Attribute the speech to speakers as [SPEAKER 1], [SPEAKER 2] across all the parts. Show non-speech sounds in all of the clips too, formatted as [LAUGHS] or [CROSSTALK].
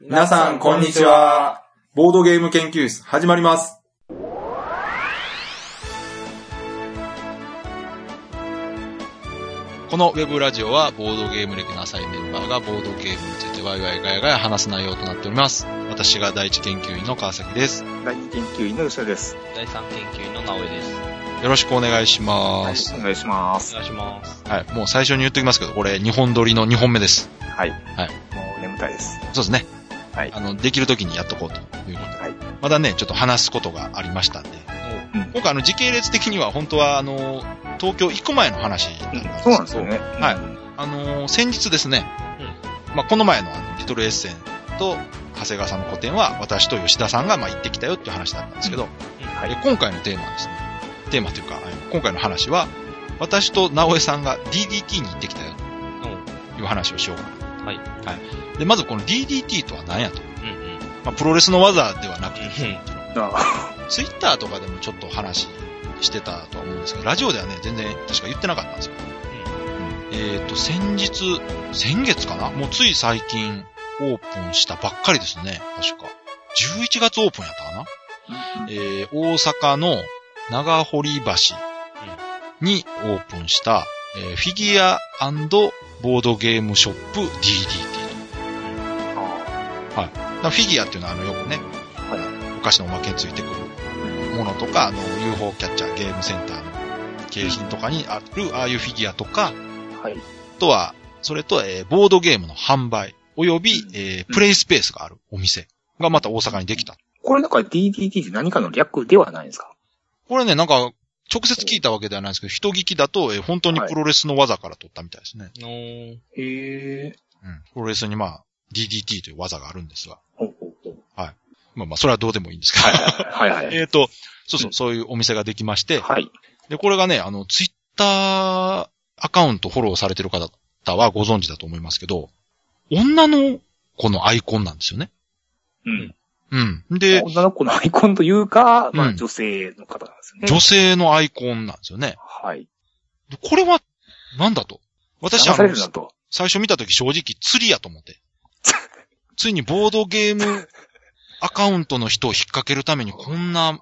[SPEAKER 1] 皆さん、こんにちは。ボードゲーム研究室、始まります。
[SPEAKER 2] このウェブラジオはボードゲーム歴の浅いメンバーがボードゲームについてワイワイガヤガヤ話す内容となっております。私が第一研究員の川崎です。よ
[SPEAKER 3] 第二研究員の吉野です。
[SPEAKER 4] 第三研究員の直江です。
[SPEAKER 2] ろしくお願いし
[SPEAKER 3] は
[SPEAKER 2] ま
[SPEAKER 3] い
[SPEAKER 2] す。、
[SPEAKER 3] お願いします。
[SPEAKER 4] お願いします。
[SPEAKER 2] はい、もう最初に言っときますけど、これ2本撮りの2本目です。
[SPEAKER 3] はい。
[SPEAKER 2] はい
[SPEAKER 3] もう眠たいです。
[SPEAKER 2] そうですね。
[SPEAKER 3] はい
[SPEAKER 2] あの、できる時にやっとこうということで。
[SPEAKER 3] はい
[SPEAKER 2] まだね、ちょっと話すことがありましたんで。
[SPEAKER 3] うん
[SPEAKER 2] 今回あの、時系列的には本当はあの、東京1個前の話
[SPEAKER 3] うん
[SPEAKER 2] だったんですけど、
[SPEAKER 3] そうなんですよね。
[SPEAKER 2] はいあのー先日ですね、まあ、この前のあのリトルエッセンと長谷川さんの個展は私と吉田さんがまあ行ってきたよっていう話だったんですけど、
[SPEAKER 3] はい
[SPEAKER 2] で今回のテーマはですね、テーマというか、あの今回の話は、私と直江さんが DDT に行ってきたよという話をしようかな。
[SPEAKER 4] はい
[SPEAKER 2] はい。で、まずこの DDT とは何やと。
[SPEAKER 4] うんうん。
[SPEAKER 2] まあ、プロレスの技ではなくて、
[SPEAKER 3] うん。あ
[SPEAKER 2] ツイッターとかでもちょっと話してたとは思うんですけど、ラジオではね、全然確か言ってなかったんですよ。えっ、と、先日、先月かなもうつい最近オープンしたばっかりですね。確か。11月オープンやったかなえー、大阪の長堀橋にオープンした、えーフィギュアボードゲームショップ DDT
[SPEAKER 3] あ
[SPEAKER 2] と。フィギュアっていうのはあのよくね、お菓子のおまけについてくるものとか、あの、UFO キャッチャーゲームセンターの景品とかにある、ああいうフィギュアとか、
[SPEAKER 3] はい。
[SPEAKER 2] あとは、それと、えーボードゲームの販売、および、えープレイスペースがあるお店がまた大阪にできた。
[SPEAKER 3] これだから DDT って何かの略ではないんですか
[SPEAKER 2] これね、なんか、直接聞いたわけではないんですけど、人聞きだと、えー本当にプロレスの技から取ったみたいですね。
[SPEAKER 4] のー
[SPEAKER 3] へえ。
[SPEAKER 2] うん。プロレスにまあ、DDT という技があるんですが。
[SPEAKER 3] ほうほうほう。
[SPEAKER 2] まあまあ、それはどうでもいいんですけど。
[SPEAKER 3] はいはい。
[SPEAKER 2] [LAUGHS] えっと、そうそうう、そういうお店ができまして、
[SPEAKER 3] はい。
[SPEAKER 2] で、これがね、あの、ツイッターアカウントフォローされてる方はご存知だと思いますけど、女の子のアイコンなんですよね。
[SPEAKER 3] うん。
[SPEAKER 2] うん。で、
[SPEAKER 3] 女の子のアイコンというか、
[SPEAKER 2] う
[SPEAKER 3] まあ
[SPEAKER 2] ん
[SPEAKER 3] 女性の方なんですよね。
[SPEAKER 2] 女性のアイコンなんですよね。
[SPEAKER 3] はい。
[SPEAKER 2] でこれは、なんだと。私
[SPEAKER 3] 騙
[SPEAKER 2] は
[SPEAKER 3] されるなと。
[SPEAKER 2] 最初見たとき正直釣りやと思って。ついにボードゲームアカウントの人を引っ掛けるためにこんな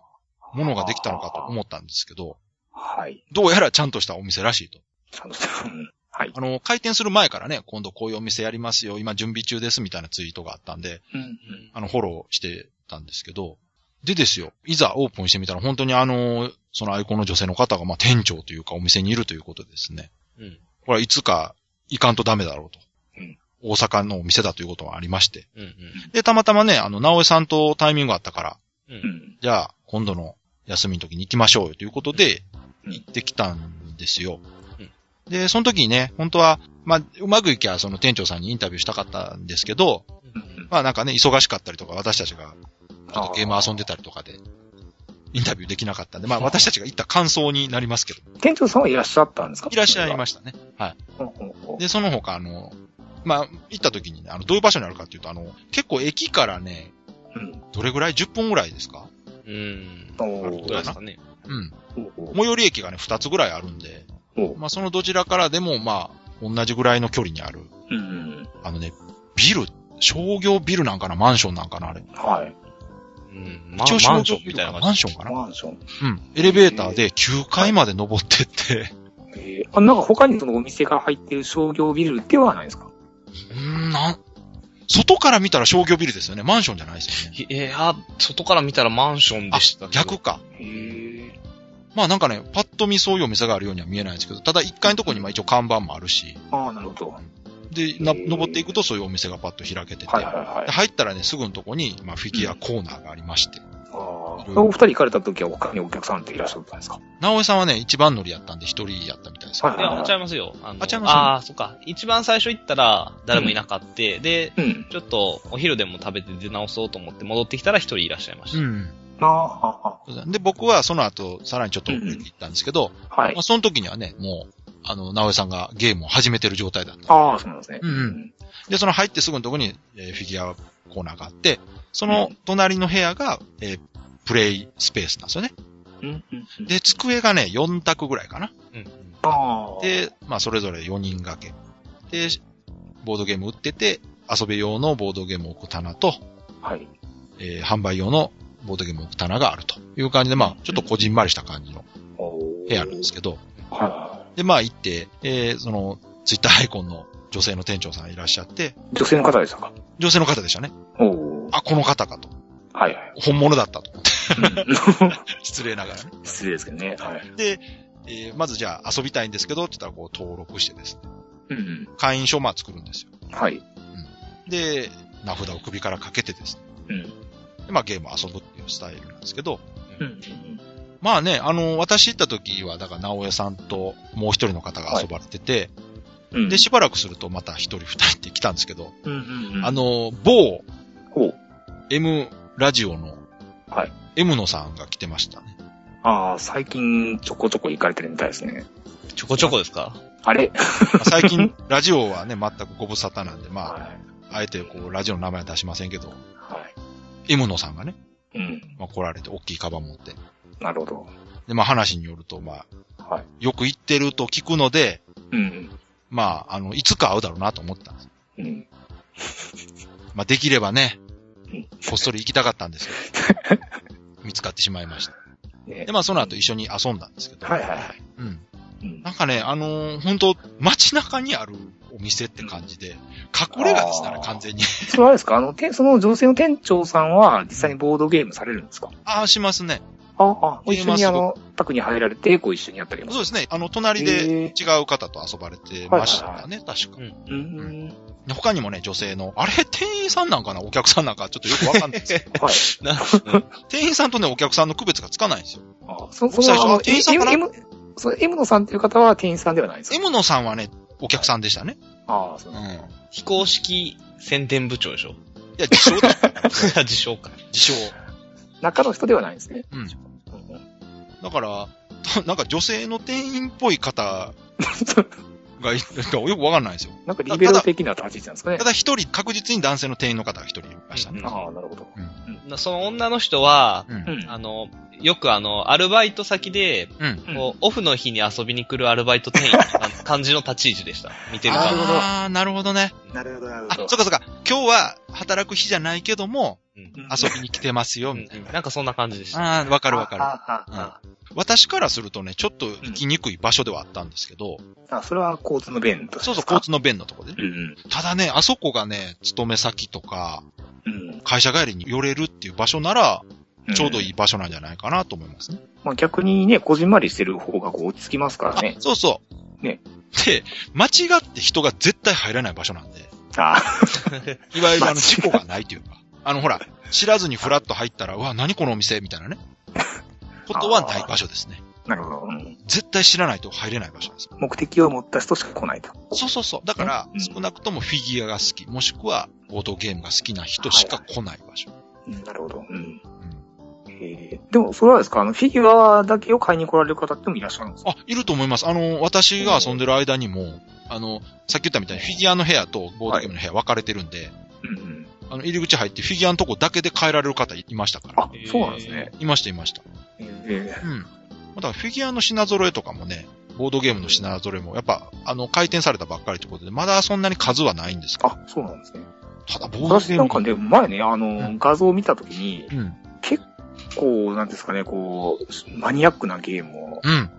[SPEAKER 2] ものができたのかと思ったんですけど、
[SPEAKER 3] はい。
[SPEAKER 2] どうやらちゃんとしたお店らしいと。
[SPEAKER 3] ちゃんとした。うんはい。
[SPEAKER 2] あの、開店する前からね、今度こういうお店やりますよ、今準備中ですみたいなツイートがあったんで、
[SPEAKER 3] うん。
[SPEAKER 2] あの、フォローしてたんですけど、でですよ、いざオープンしてみたら本当にあの、そのアイコンの女性の方が、まあ、店長というかお店にいるということでですね。
[SPEAKER 4] うん。
[SPEAKER 2] これはいつか行かんとダメだろうと
[SPEAKER 3] うん。
[SPEAKER 2] 大阪のお店だということがありまして。
[SPEAKER 4] うん
[SPEAKER 2] で、たまたまね、あの、直江さんとタイミングがあったから、
[SPEAKER 4] うん。う。
[SPEAKER 3] うんん。
[SPEAKER 2] じゃあ、今度の休みの時に行きましょうよということで、
[SPEAKER 3] うん
[SPEAKER 2] 行ってきたんですよ
[SPEAKER 4] うん。
[SPEAKER 2] で、その時にね、本当は、まあ、うまくいきゃ、その店長さんにインタビューしたかったんですけど、
[SPEAKER 3] うん
[SPEAKER 2] まあなんかね、忙しかったりとか、私たちが、ちょっとゲーム遊んでたりとかで、インタビューできなかったんで、まあ私たちが行った感想になりますけど、
[SPEAKER 3] 店長さんはいらっしゃったんですか
[SPEAKER 2] いらっしゃいま
[SPEAKER 3] し
[SPEAKER 2] したね。はい。
[SPEAKER 3] た。ほうほうほう
[SPEAKER 2] で、その他、あの、まあ、行った時にね、あの、どういう場所にあるかっていうと、あの、結構駅からね、
[SPEAKER 3] うん。
[SPEAKER 2] どれぐらい ?10 分ぐらいですか
[SPEAKER 4] うん。
[SPEAKER 3] お
[SPEAKER 4] どう
[SPEAKER 3] ー
[SPEAKER 4] ですかね。
[SPEAKER 2] うん。
[SPEAKER 3] ほうほう
[SPEAKER 2] 最寄り駅がね、2つぐらいあるんで、
[SPEAKER 3] ほう
[SPEAKER 2] まあ、そのどちらからでも、まあ、同じぐらいの距離にある、
[SPEAKER 3] うん。
[SPEAKER 2] あのね、ビル、商業ビルなんかな、マンションなんかな、あれ。
[SPEAKER 3] はい。
[SPEAKER 4] うん。ま
[SPEAKER 2] 一応
[SPEAKER 4] マ
[SPEAKER 2] 商
[SPEAKER 4] ンシ
[SPEAKER 2] 業
[SPEAKER 4] ョン
[SPEAKER 2] ビ
[SPEAKER 4] み
[SPEAKER 2] ル
[SPEAKER 4] たい
[SPEAKER 2] か
[SPEAKER 4] な感
[SPEAKER 2] な
[SPEAKER 4] じ。
[SPEAKER 2] マンションかな
[SPEAKER 3] マンション。
[SPEAKER 2] うん。エレベーターで9階まで登ってって、
[SPEAKER 3] えー、あなんか他にそのお店が入ってる商業ビルではないですか
[SPEAKER 2] うん、なん、外から見たら商業ビルですよね。マンションじゃないですよね。
[SPEAKER 4] ひえー、あ、外から見たらマンションでしたけど。
[SPEAKER 2] 逆か。
[SPEAKER 3] へえ。
[SPEAKER 2] まあなんかね、パッと見そういうお店があるようには見えないんですけど、ただ1階のところにまあ一応看板もあるし、
[SPEAKER 3] ああ、なるほど。は
[SPEAKER 2] で、な、
[SPEAKER 3] うん
[SPEAKER 2] 登っていくとそういうお店がパッと開けてて、
[SPEAKER 3] いはいはい
[SPEAKER 2] で。入ったらね、すぐのとこに、まあフィギュアコーナーがありまして、
[SPEAKER 3] あーお二人行かれた時は他にお客さんっていらっしゃったんですか
[SPEAKER 2] 直江さんはね、一番乗りやったんで一人やったみたいですよ。
[SPEAKER 3] はい
[SPEAKER 4] いや、ちゃいますよ。あの
[SPEAKER 2] あちゃいますよ
[SPEAKER 4] あー、そっか。一番最初行ったら、誰もいなかって、で、
[SPEAKER 3] うん。
[SPEAKER 4] ちょっと、お昼でも食べて出直そうと思って戻ってきたら一人いらっしゃいました。
[SPEAKER 2] うん。
[SPEAKER 3] ああ、
[SPEAKER 2] そうだねで、僕はその後、さらにちょっと行ったんですけど、
[SPEAKER 3] はい
[SPEAKER 2] まあ、。その時にはね、もう、あの、直江さんがゲームを始めてる状態だった。
[SPEAKER 3] ああ、そうなんですね。。
[SPEAKER 2] うんうんで、その入ってすぐのとこに、えーフィギュアコーナーがあって、その隣の部屋が、えープレイスペースなんですよね。
[SPEAKER 3] うんうんうん、
[SPEAKER 2] で、机がね、4択ぐらいかな。
[SPEAKER 4] うん。
[SPEAKER 3] ああ。、
[SPEAKER 2] で、まあ、それぞれ4人掛け。で、ボードゲーム売ってて、遊び用のボードゲームを置く棚と、
[SPEAKER 3] はい。
[SPEAKER 2] えー販売用のボードゲームを置く棚があるという感じで、まあ、ちょっとこじんまりした感じの
[SPEAKER 3] お
[SPEAKER 2] 部屋なんですけど、
[SPEAKER 3] は
[SPEAKER 2] で、まあ行って、えーその、ツイッターアイコンの女性の店長さんいらっしゃって、
[SPEAKER 3] い。女性の方でしたか
[SPEAKER 2] 女性の方でしたね。
[SPEAKER 3] おお。
[SPEAKER 2] あ、この方かと。
[SPEAKER 3] はいはい。 [LAUGHS]
[SPEAKER 2] 本物だったと。 [LAUGHS]
[SPEAKER 3] うん
[SPEAKER 2] 失礼ながらね。
[SPEAKER 3] 失礼ですけどね。はい。
[SPEAKER 2] で、えーまずじゃあ遊びたいんですけど、って言ったらこう登録してですね、
[SPEAKER 3] うん。
[SPEAKER 2] 会員証をまあ作るんですよ。
[SPEAKER 3] はい。
[SPEAKER 2] で、名札を首からかけてですね。
[SPEAKER 3] うん。
[SPEAKER 2] で、まあゲームを遊ぶっていうスタイルなんですけど、
[SPEAKER 3] うん。
[SPEAKER 2] まあね、あの、私行った時は、だから、直江さんともう一人の方が遊ばれてて、
[SPEAKER 3] うん。
[SPEAKER 2] で、しばらくするとまた一人二人って来たんですけど、
[SPEAKER 3] うんうんうん。
[SPEAKER 2] あ、の、某
[SPEAKER 3] ほう。
[SPEAKER 2] M ラジオの、
[SPEAKER 3] はい。
[SPEAKER 2] M 野さんが来てましたね。
[SPEAKER 3] ああ、最近ちょこちょこ行かれてるみたいですね。
[SPEAKER 4] ちょこちょこですか
[SPEAKER 3] あれ
[SPEAKER 2] まあ最
[SPEAKER 3] [LAUGHS]
[SPEAKER 2] 近、ラジオはね、全くご無沙汰なんで、ま
[SPEAKER 3] は
[SPEAKER 2] あ、あえてこう、ラジオの名前は出しませんけど、
[SPEAKER 3] い。は
[SPEAKER 2] M 野さんがね、
[SPEAKER 3] い。うん。
[SPEAKER 2] まあ来られて、大きいカバン持って。
[SPEAKER 3] なるほど。
[SPEAKER 2] で、まあ話によると、ま
[SPEAKER 3] は
[SPEAKER 2] あ、よく行ってると聞くので、
[SPEAKER 3] い。うん。
[SPEAKER 2] まあ、あの、いつか会うだろうなと思ったんです。
[SPEAKER 3] うん。
[SPEAKER 2] まあ、できればね
[SPEAKER 3] うん、
[SPEAKER 2] こっそり行きたかったんです
[SPEAKER 3] [LAUGHS]
[SPEAKER 2] けど、見つかってしまいました。
[SPEAKER 3] ね
[SPEAKER 2] で、まあ、その後一緒に遊んだんですけど、
[SPEAKER 3] はいはいはい。
[SPEAKER 2] うん。
[SPEAKER 3] うん
[SPEAKER 2] なんかね、あのー本当街中にあるお店って感じで、隠れ家でしたね
[SPEAKER 3] あ、ー
[SPEAKER 2] 完全に。 [LAUGHS]
[SPEAKER 3] それはあれですかあの、てその女性の店長さんは実際にボードゲームされるんですか
[SPEAKER 2] ああ、しますね。
[SPEAKER 3] ああ、
[SPEAKER 2] え
[SPEAKER 3] 一緒にあの、宅に入られて、こう一緒にやったりも
[SPEAKER 2] そうですね。あの、隣で
[SPEAKER 3] へ
[SPEAKER 2] 違う方と遊ばれてましたね、確か。
[SPEAKER 3] ーうん。
[SPEAKER 2] で他にもね、女性の、あれ店員さんなんかなお客さんなんかちょっとよくわかんないですけ
[SPEAKER 3] [LAUGHS]
[SPEAKER 2] ど
[SPEAKER 3] はい。
[SPEAKER 4] な
[SPEAKER 2] 店員さんとね、お客さんの区別がつかないんですよ。
[SPEAKER 3] あそそ
[SPEAKER 2] 僕最初
[SPEAKER 3] の、あの
[SPEAKER 2] 店員さんかな
[SPEAKER 3] M、M その M 野さんっていう方は店員さんではないですか
[SPEAKER 2] M 野さんはね、お客さんでしたね。。
[SPEAKER 3] ああ、そううん
[SPEAKER 2] い
[SPEAKER 3] なんだ
[SPEAKER 4] 非公式宣伝部長でしょ
[SPEAKER 2] や、自称
[SPEAKER 3] [LAUGHS]
[SPEAKER 2] だ。
[SPEAKER 4] 自称か。
[SPEAKER 2] 自称。
[SPEAKER 3] 中の人ではないんですね。
[SPEAKER 2] うん
[SPEAKER 3] うんうん。 [LAUGHS]
[SPEAKER 2] だから、 [LAUGHS] たなんか女性の店員っぽい方がいるかよくわかんないんですよ。
[SPEAKER 3] なんかリベロ的な立ち位置なんですかね
[SPEAKER 2] た。だ一人、確実に男性の店員の方が一人いましたね。
[SPEAKER 3] ああ、なるほど。
[SPEAKER 4] なその女の人は、
[SPEAKER 2] うん。
[SPEAKER 3] うん。
[SPEAKER 4] あの、よくあの、アルバイト先で、
[SPEAKER 2] うん。
[SPEAKER 3] うん
[SPEAKER 4] こうオフの日に遊びに来るアルバイト店
[SPEAKER 2] [LAUGHS]
[SPEAKER 4] 員の感じの立ち位置でした。見てる感じ。
[SPEAKER 2] ああ、なるほどね。
[SPEAKER 3] なるほど、なる
[SPEAKER 2] あ、そっかそっか。今日は働く日じゃないけども、
[SPEAKER 4] うん
[SPEAKER 2] 遊びに来てますよ、みたい
[SPEAKER 4] うんなんかそんな感じでした。
[SPEAKER 2] な。ああ、わか
[SPEAKER 3] あ
[SPEAKER 2] るわか
[SPEAKER 3] あ
[SPEAKER 2] る。
[SPEAKER 3] あ、あ
[SPEAKER 2] うん私からするとね、ちょっと行きにくい場所ではあったんですけど、
[SPEAKER 3] あ、あそれは交通の便として
[SPEAKER 2] そうそう、
[SPEAKER 3] です
[SPEAKER 2] 交
[SPEAKER 3] か
[SPEAKER 2] 通の便のとこでね。
[SPEAKER 3] うん
[SPEAKER 2] ただね、あそこがね、勤め先とか、
[SPEAKER 3] うん。
[SPEAKER 2] 会社帰りに寄れるっていう場所なら、
[SPEAKER 3] うん。
[SPEAKER 2] ちょうどい
[SPEAKER 3] い。
[SPEAKER 2] い場所なんじゃないかなと思いますね。
[SPEAKER 3] まあ逆にね、こじんまりしてる方がこう落ち着きますからね
[SPEAKER 2] あ。そうそう。
[SPEAKER 3] ね
[SPEAKER 2] で、間違って人が絶対入らない場所なんで、
[SPEAKER 3] ああ、
[SPEAKER 2] いわゆるあの
[SPEAKER 3] 間違
[SPEAKER 2] 事故がないというか、あのほら、知らずにフラッと入ったら、うわ、何このお店みたいなね、ことはない場所ですね。
[SPEAKER 3] なるほど。うん
[SPEAKER 2] 絶対知らないと入れない場所です。
[SPEAKER 3] 目的を持った人しか来ないと。
[SPEAKER 2] そうそうそう。だから
[SPEAKER 3] う、ん
[SPEAKER 2] 少なくともフィギュアが好き、もしくはボードゲームが好きな人しか来ない場所。
[SPEAKER 3] うんなるほど。う
[SPEAKER 2] う
[SPEAKER 3] ん。
[SPEAKER 2] ん
[SPEAKER 3] へえでも、それはですか、あの、フィギュアだけを買いに来られる方ってもいらっしゃるんですか
[SPEAKER 2] あ、いると思います。あの、私が遊んでる間にも、あの、さっき言ったみたいにフィギュアの部屋とボードゲームの部屋分かれてるんで、
[SPEAKER 3] うんうん。
[SPEAKER 2] あの、入り口入ってフィギュアのとこだけで変えられる方いましたから。
[SPEAKER 3] あ、そうなんですね。
[SPEAKER 2] いました、いました。
[SPEAKER 3] ええ
[SPEAKER 2] うん。まあだからフィギュアの品揃えとかもね、ボードゲームの品揃えも、やっぱ、あの、回転されたばっかりということで、まだそんなに数はないんですけど、
[SPEAKER 3] あ、そうなんですね。
[SPEAKER 2] ただボード
[SPEAKER 3] 私
[SPEAKER 2] ゲ
[SPEAKER 3] な
[SPEAKER 2] ー
[SPEAKER 3] んか
[SPEAKER 2] ム。
[SPEAKER 3] ね、前ね、あ
[SPEAKER 2] う
[SPEAKER 3] の、画像を見たときに、
[SPEAKER 2] うん。
[SPEAKER 3] こう、なんですかね、こう、マニアックなゲームを
[SPEAKER 2] うん。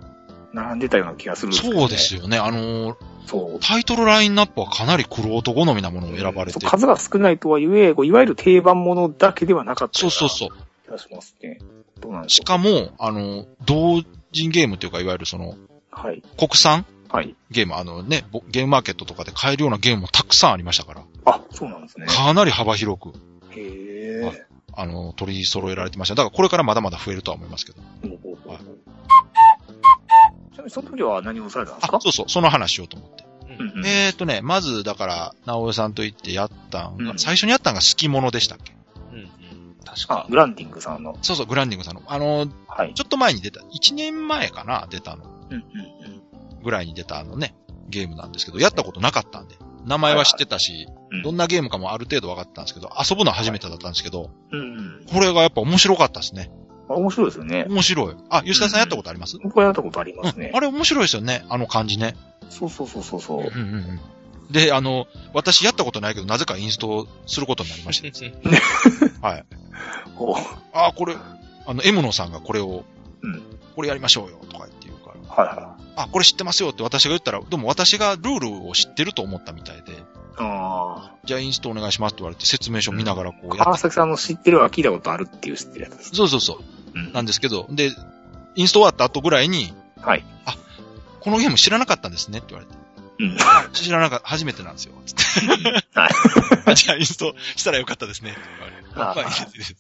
[SPEAKER 3] 並んでたような気がするんですけどね
[SPEAKER 2] そうですよね。あのー、
[SPEAKER 3] そう。
[SPEAKER 2] タイトルラインナップはかなり黒男好みなものを選ばれて
[SPEAKER 3] そう
[SPEAKER 2] る。
[SPEAKER 3] 数が少ないとはいえ、こういわゆる定番ものだけではなかった
[SPEAKER 2] そ
[SPEAKER 3] よ
[SPEAKER 2] うそうそう
[SPEAKER 3] な気がしますね。どうな
[SPEAKER 2] う。
[SPEAKER 3] んでし
[SPEAKER 2] し
[SPEAKER 3] ょ
[SPEAKER 2] かも、あの、同人ゲームというか、いわゆるその、
[SPEAKER 3] う。はい。
[SPEAKER 2] 国産
[SPEAKER 3] はい。
[SPEAKER 2] ゲーム、あのね、ぼゲームマーケットとかで買えるようなゲームもたくさんありましたから、
[SPEAKER 3] あ、そうなんですね。
[SPEAKER 2] かなり幅広く、
[SPEAKER 3] へえ。
[SPEAKER 2] あの、取り揃えられてました。だからこれからまだまだ増えるとは思いますけど。はい
[SPEAKER 3] ちなみにその時は何をされたんです
[SPEAKER 2] あ
[SPEAKER 3] か、
[SPEAKER 2] そうそう、その話しようと思って。
[SPEAKER 4] うん
[SPEAKER 3] うんうん
[SPEAKER 2] えーとね、まず、だから、直江さんと言ってやったんが、
[SPEAKER 3] うん
[SPEAKER 2] 最初にやったんが好き者でしたっけ
[SPEAKER 4] うんうん確
[SPEAKER 3] あ
[SPEAKER 4] か、。
[SPEAKER 3] グランディングさんの。
[SPEAKER 2] そうそう、グランディングさんの。あの、ち
[SPEAKER 3] はい。
[SPEAKER 2] ょっと前に出た、1年前かな、出たの、
[SPEAKER 3] うんうん
[SPEAKER 2] ぐらいに出たあのね、ゲームなんですけど、やったことなかったんで、名前は知ってたし、
[SPEAKER 3] うん
[SPEAKER 2] どんなゲームかもある程度分かってたんですけど、遊ぶのは初めてだったんですけど、
[SPEAKER 3] うん。うんうん。
[SPEAKER 2] これがやっぱ面白かったですね。
[SPEAKER 3] あ面白いですよね。
[SPEAKER 2] 面白い。あ、吉田さんやったことあります、
[SPEAKER 3] 僕はやったことあり
[SPEAKER 2] うん
[SPEAKER 3] ますね。
[SPEAKER 2] あれ面白いですよね、あの感じね。
[SPEAKER 3] そうそうそうそうそうう。
[SPEAKER 2] んうんうん。で、あの、私やったことないけど、なぜかインストすることになりま
[SPEAKER 3] [LAUGHS]
[SPEAKER 2] して。はい。
[SPEAKER 3] ほう。
[SPEAKER 2] ああ、これ、あの、M 野さんがこれを、
[SPEAKER 3] うん
[SPEAKER 2] これやりましょうよ、とか言って言うから、
[SPEAKER 3] はいは
[SPEAKER 2] あ、これ知ってますよって私が言ったら、でも私がルールを知ってると思ったみたいで、
[SPEAKER 3] い。あ
[SPEAKER 2] じゃあインストお願いしますって言われて説明書見ながらこう
[SPEAKER 3] あ。
[SPEAKER 2] やっ
[SPEAKER 3] 川崎さんの知ってるは聞いたことあるっていう知ってるやつです。
[SPEAKER 2] そうそうそうう。
[SPEAKER 3] ん
[SPEAKER 2] なんですけど、で、インスト終わった後ぐらいに、
[SPEAKER 3] はい。
[SPEAKER 2] このゲーム知らなかったんですねって言われて。
[SPEAKER 3] うん。
[SPEAKER 2] 知らなかった、初めてなんですよ。つって。
[SPEAKER 3] は
[SPEAKER 2] あ [LAUGHS] じゃあインストしたらよかったですね。って言われて
[SPEAKER 3] あ
[SPEAKER 2] まあいいです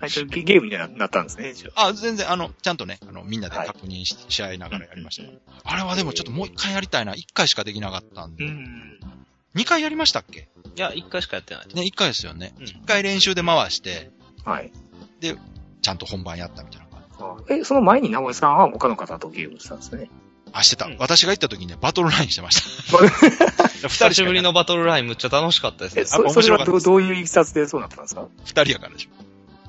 [SPEAKER 3] 最初ゲゲームになったんですね、一応。
[SPEAKER 2] あ、全然、あの、ちゃんとね、あの、みんなで確認し,、し合いながらやりましたよ。あれはでもちょっともう一回やりたいな。一回しかできなかったん
[SPEAKER 3] う
[SPEAKER 2] で。
[SPEAKER 3] ん。
[SPEAKER 2] 二、回やりましたっけ
[SPEAKER 4] いや、一回しかやってない。
[SPEAKER 2] ね、一回ですよね。
[SPEAKER 4] うん
[SPEAKER 2] 一回練習で回して、
[SPEAKER 3] はい。
[SPEAKER 2] ちゃんと本番やったみたいな感じ。
[SPEAKER 3] え、その前に名古屋さんは他の方とゲームしたんですね。
[SPEAKER 2] あ、してた。
[SPEAKER 4] うん
[SPEAKER 2] 私が行った時にね、バトルラインしてました。
[SPEAKER 4] 久
[SPEAKER 2] 二
[SPEAKER 4] し
[SPEAKER 2] し
[SPEAKER 4] ぶ
[SPEAKER 2] かいな
[SPEAKER 4] り
[SPEAKER 2] い
[SPEAKER 4] のバトルラインむっちゃ楽しかったですね
[SPEAKER 3] え、。そ
[SPEAKER 2] あ
[SPEAKER 3] それ
[SPEAKER 2] 面白
[SPEAKER 3] は
[SPEAKER 2] かった
[SPEAKER 3] ど
[SPEAKER 2] で
[SPEAKER 3] うどういういきさつでそうなったんですか
[SPEAKER 2] 二人やからでしょ。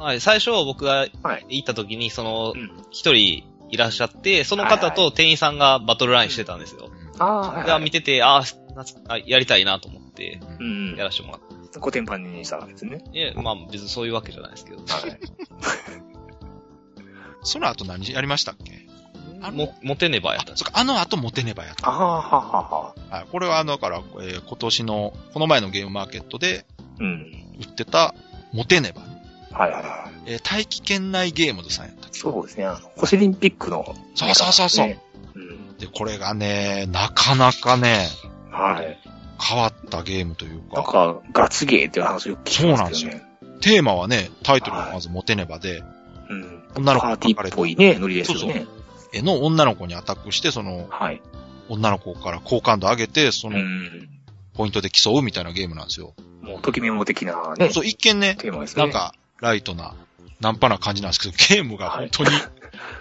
[SPEAKER 4] はい、最初僕が
[SPEAKER 3] はい
[SPEAKER 4] 行った時に、その
[SPEAKER 3] う、ん。
[SPEAKER 4] 一人いらっしゃって、その方と店員さんがバトルラインしてたんですよ。
[SPEAKER 3] ああ、はい、
[SPEAKER 4] が
[SPEAKER 3] は
[SPEAKER 4] 見
[SPEAKER 3] い。
[SPEAKER 4] てて、あーなあ、やりたいなと思って、
[SPEAKER 2] う
[SPEAKER 3] うんん
[SPEAKER 4] や。らせてもらった。
[SPEAKER 3] コテンパンにしたわけですね。
[SPEAKER 4] いや、まあ別にそういうわけじゃないですけど。
[SPEAKER 3] はい。
[SPEAKER 2] その後何やりましたっけあ
[SPEAKER 4] も、モテねばや
[SPEAKER 2] あ
[SPEAKER 4] った、んです
[SPEAKER 2] そっか、あの後モテねばやった。
[SPEAKER 3] ああ、ははは。
[SPEAKER 2] はい、これは、だから、えー今年の、この前のゲームマーケットで
[SPEAKER 3] うん。
[SPEAKER 2] 売ってた、モテねば。
[SPEAKER 3] はいはいはい。
[SPEAKER 2] えー大気圏内ゲームズさんやったっけ
[SPEAKER 3] そうですね。あの、星オリンピックの、
[SPEAKER 2] そうそうそうそう。
[SPEAKER 3] ねうん。
[SPEAKER 2] で、これがね、なかなかね、
[SPEAKER 3] はい。
[SPEAKER 2] 変わったゲームという
[SPEAKER 3] な
[SPEAKER 2] か、
[SPEAKER 3] んか、ガチゲーっていう話を聞きました
[SPEAKER 2] そう
[SPEAKER 3] よね。
[SPEAKER 2] テーマはね、タイトルがまずモテねばで、
[SPEAKER 3] うん。
[SPEAKER 2] 女の子
[SPEAKER 3] パ
[SPEAKER 2] が
[SPEAKER 3] ーティ
[SPEAKER 2] 描か
[SPEAKER 3] ー
[SPEAKER 2] れ
[SPEAKER 3] ったぽいね、ノリですよ
[SPEAKER 2] そ
[SPEAKER 3] ね。
[SPEAKER 2] 絵の女の子にアタックして、その
[SPEAKER 3] はい。
[SPEAKER 2] 女の子から好感度上げて、そうの
[SPEAKER 3] ん。
[SPEAKER 2] ポイントで競うみたいなゲームなんですよ。
[SPEAKER 3] もう、ときめも的なね、
[SPEAKER 2] そう、一見ね、
[SPEAKER 3] テーマですね。
[SPEAKER 2] なん、か、ライトな、ナンパな感じなんですけど、ゲームが本当に、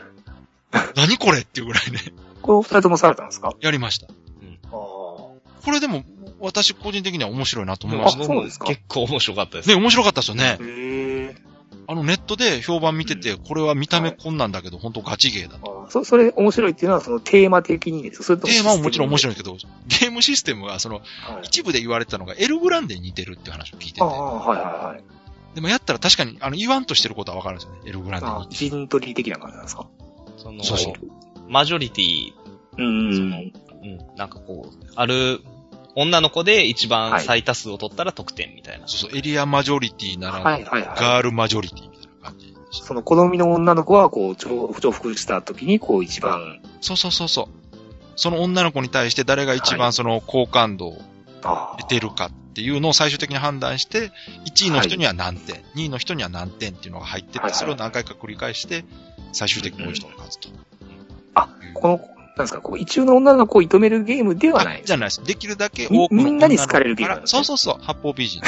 [SPEAKER 2] [LAUGHS] 何これっていうぐらいね、
[SPEAKER 3] これお二人ともされたんですか
[SPEAKER 2] やりました。
[SPEAKER 3] ああ。
[SPEAKER 2] これでも、私個人的には面白いなと思い
[SPEAKER 4] よ。
[SPEAKER 2] ました。
[SPEAKER 3] あそうですか
[SPEAKER 4] 結構面白かったです。
[SPEAKER 2] ね、面白かったですよね。
[SPEAKER 3] へえ。
[SPEAKER 2] あの、ネットで評判見てて、これは見た目こんなんだけど、本当ガチゲーだと。
[SPEAKER 3] あそ、それ面白いっていうのは、そのテーマ的にですかそれとも
[SPEAKER 2] テーマももちろん面
[SPEAKER 3] い。
[SPEAKER 2] 白いけど、ゲームシステムは、その、
[SPEAKER 3] はい、
[SPEAKER 2] 一部で言われてたのが、エルグランデに似てるって話を聞いてて
[SPEAKER 3] あ。あ、はいはいはい。
[SPEAKER 2] でもやったら確かに、あの、言わんとしてることはわかるんですよね。エルグランデに
[SPEAKER 3] あ陣取り的な感じなんですか
[SPEAKER 4] その
[SPEAKER 2] そうそう
[SPEAKER 4] マジョリティ、
[SPEAKER 3] うん
[SPEAKER 4] そのうん、なんかこう、ある女の子で一番最多数を取ったら得点みたいな。
[SPEAKER 2] そうそう、エリアマジョリティなら、
[SPEAKER 3] はいはいはい。
[SPEAKER 2] ガールマジョリティみたいな感じでした。
[SPEAKER 3] その好みの女の子は、こう、重重複した時に、こう、一番、
[SPEAKER 2] そうそうそうそう。その女の子に対して誰が一
[SPEAKER 3] は
[SPEAKER 2] 番その好感度を
[SPEAKER 3] あ
[SPEAKER 2] 得てるかっていうのを最終的に判断して、1位の人には何点、2位の人には何点っていうのが入ってて、
[SPEAKER 3] はいはい
[SPEAKER 2] それを何回か繰り返して、最終的に多い人が勝つと。
[SPEAKER 3] あ
[SPEAKER 2] いう、
[SPEAKER 3] この、なんですか、こう、一中の女の子を射止めるゲームではない。
[SPEAKER 2] じゃないです。できるだけ多くの
[SPEAKER 3] みみんなに好かれるゲームなん
[SPEAKER 2] あら
[SPEAKER 3] です
[SPEAKER 2] そ
[SPEAKER 3] ね
[SPEAKER 2] うそうそう、八方美人。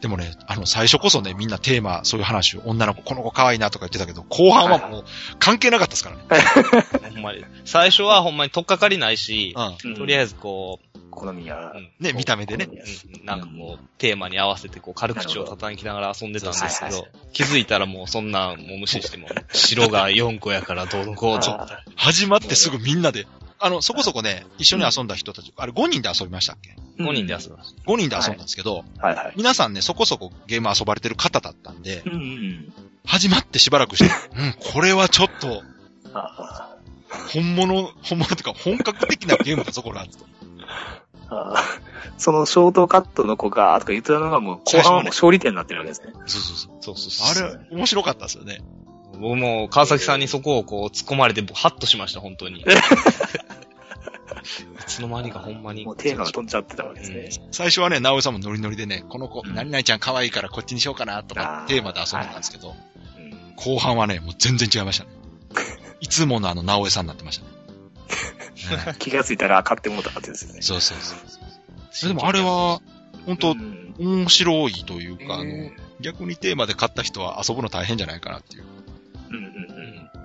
[SPEAKER 2] でもね、あの、最初こそね、みんなテーマ、そういう話を、女の子、この子可愛いなとか言ってたけど、後半はもう、関係なかったですからね。
[SPEAKER 4] ほんまに。最初はほんまに取っかかりないし、
[SPEAKER 2] う
[SPEAKER 3] うん
[SPEAKER 4] とりあえずこ
[SPEAKER 3] 好みや
[SPEAKER 4] う、う。ん
[SPEAKER 2] ん。ね、見た目でね
[SPEAKER 3] 好。みや
[SPEAKER 4] うんなんかこう、テーマに合わせてこう、軽口を叩きながら遊んでたんですけ
[SPEAKER 3] なる
[SPEAKER 4] ど
[SPEAKER 3] ほど、
[SPEAKER 4] 気づいたらもうそんなんもう無視しても、白が4個やからどうのこうぞ。
[SPEAKER 3] あ
[SPEAKER 2] 始まってすぐみんなで。あの、そこそこね、一緒に遊んだ人たち、あれ5人で遊びましたっけ
[SPEAKER 3] ー
[SPEAKER 4] 5人で遊びました。
[SPEAKER 2] ?5 人で遊んだんですけど、
[SPEAKER 3] はいはい。
[SPEAKER 2] 皆さんね、そこそこゲーム遊ばれてる方だったんで
[SPEAKER 3] う、んうん
[SPEAKER 2] 始まってしばらくして、うん、これはちょっと、
[SPEAKER 3] うん。あ
[SPEAKER 2] 本物、本物っていうか、本格的なゲームだぞ、これは。
[SPEAKER 3] ーあー。そのショートカットの子が、とか言ってたのが、もう、後半はもう勝利点になってるわけですね。
[SPEAKER 2] そうそうそう。
[SPEAKER 4] そうそう
[SPEAKER 2] あ
[SPEAKER 4] そう。
[SPEAKER 2] れ、面白かったですよね。
[SPEAKER 4] 僕も川崎さんにそこをこう突っ込まれて、ハッとしました、本当
[SPEAKER 2] [LAUGHS]
[SPEAKER 4] に。いつの間にかほんまに。
[SPEAKER 3] もうテーマが飛んじゃってたわけですね。
[SPEAKER 2] 最初はね、直江さんもノリノリでね、この子、
[SPEAKER 3] うん
[SPEAKER 2] 何々ちゃん可愛いからこっちにしようかなとか
[SPEAKER 3] あー
[SPEAKER 2] テーマで遊んでたんですけど、
[SPEAKER 3] うん
[SPEAKER 2] 後半はね、もう全然違いましたね。いつものあの直江さんになってましたね。ね
[SPEAKER 3] 気がついたら買ってもうたってですよね。
[SPEAKER 2] そうそうそうそう。でもあれは、本当
[SPEAKER 3] うん
[SPEAKER 2] 面白いというか、あ
[SPEAKER 3] う
[SPEAKER 2] の
[SPEAKER 3] ん、
[SPEAKER 2] 逆にテーマで買った人は遊ぶの大変じゃないかなっていう
[SPEAKER 3] うんうん
[SPEAKER 4] う
[SPEAKER 3] う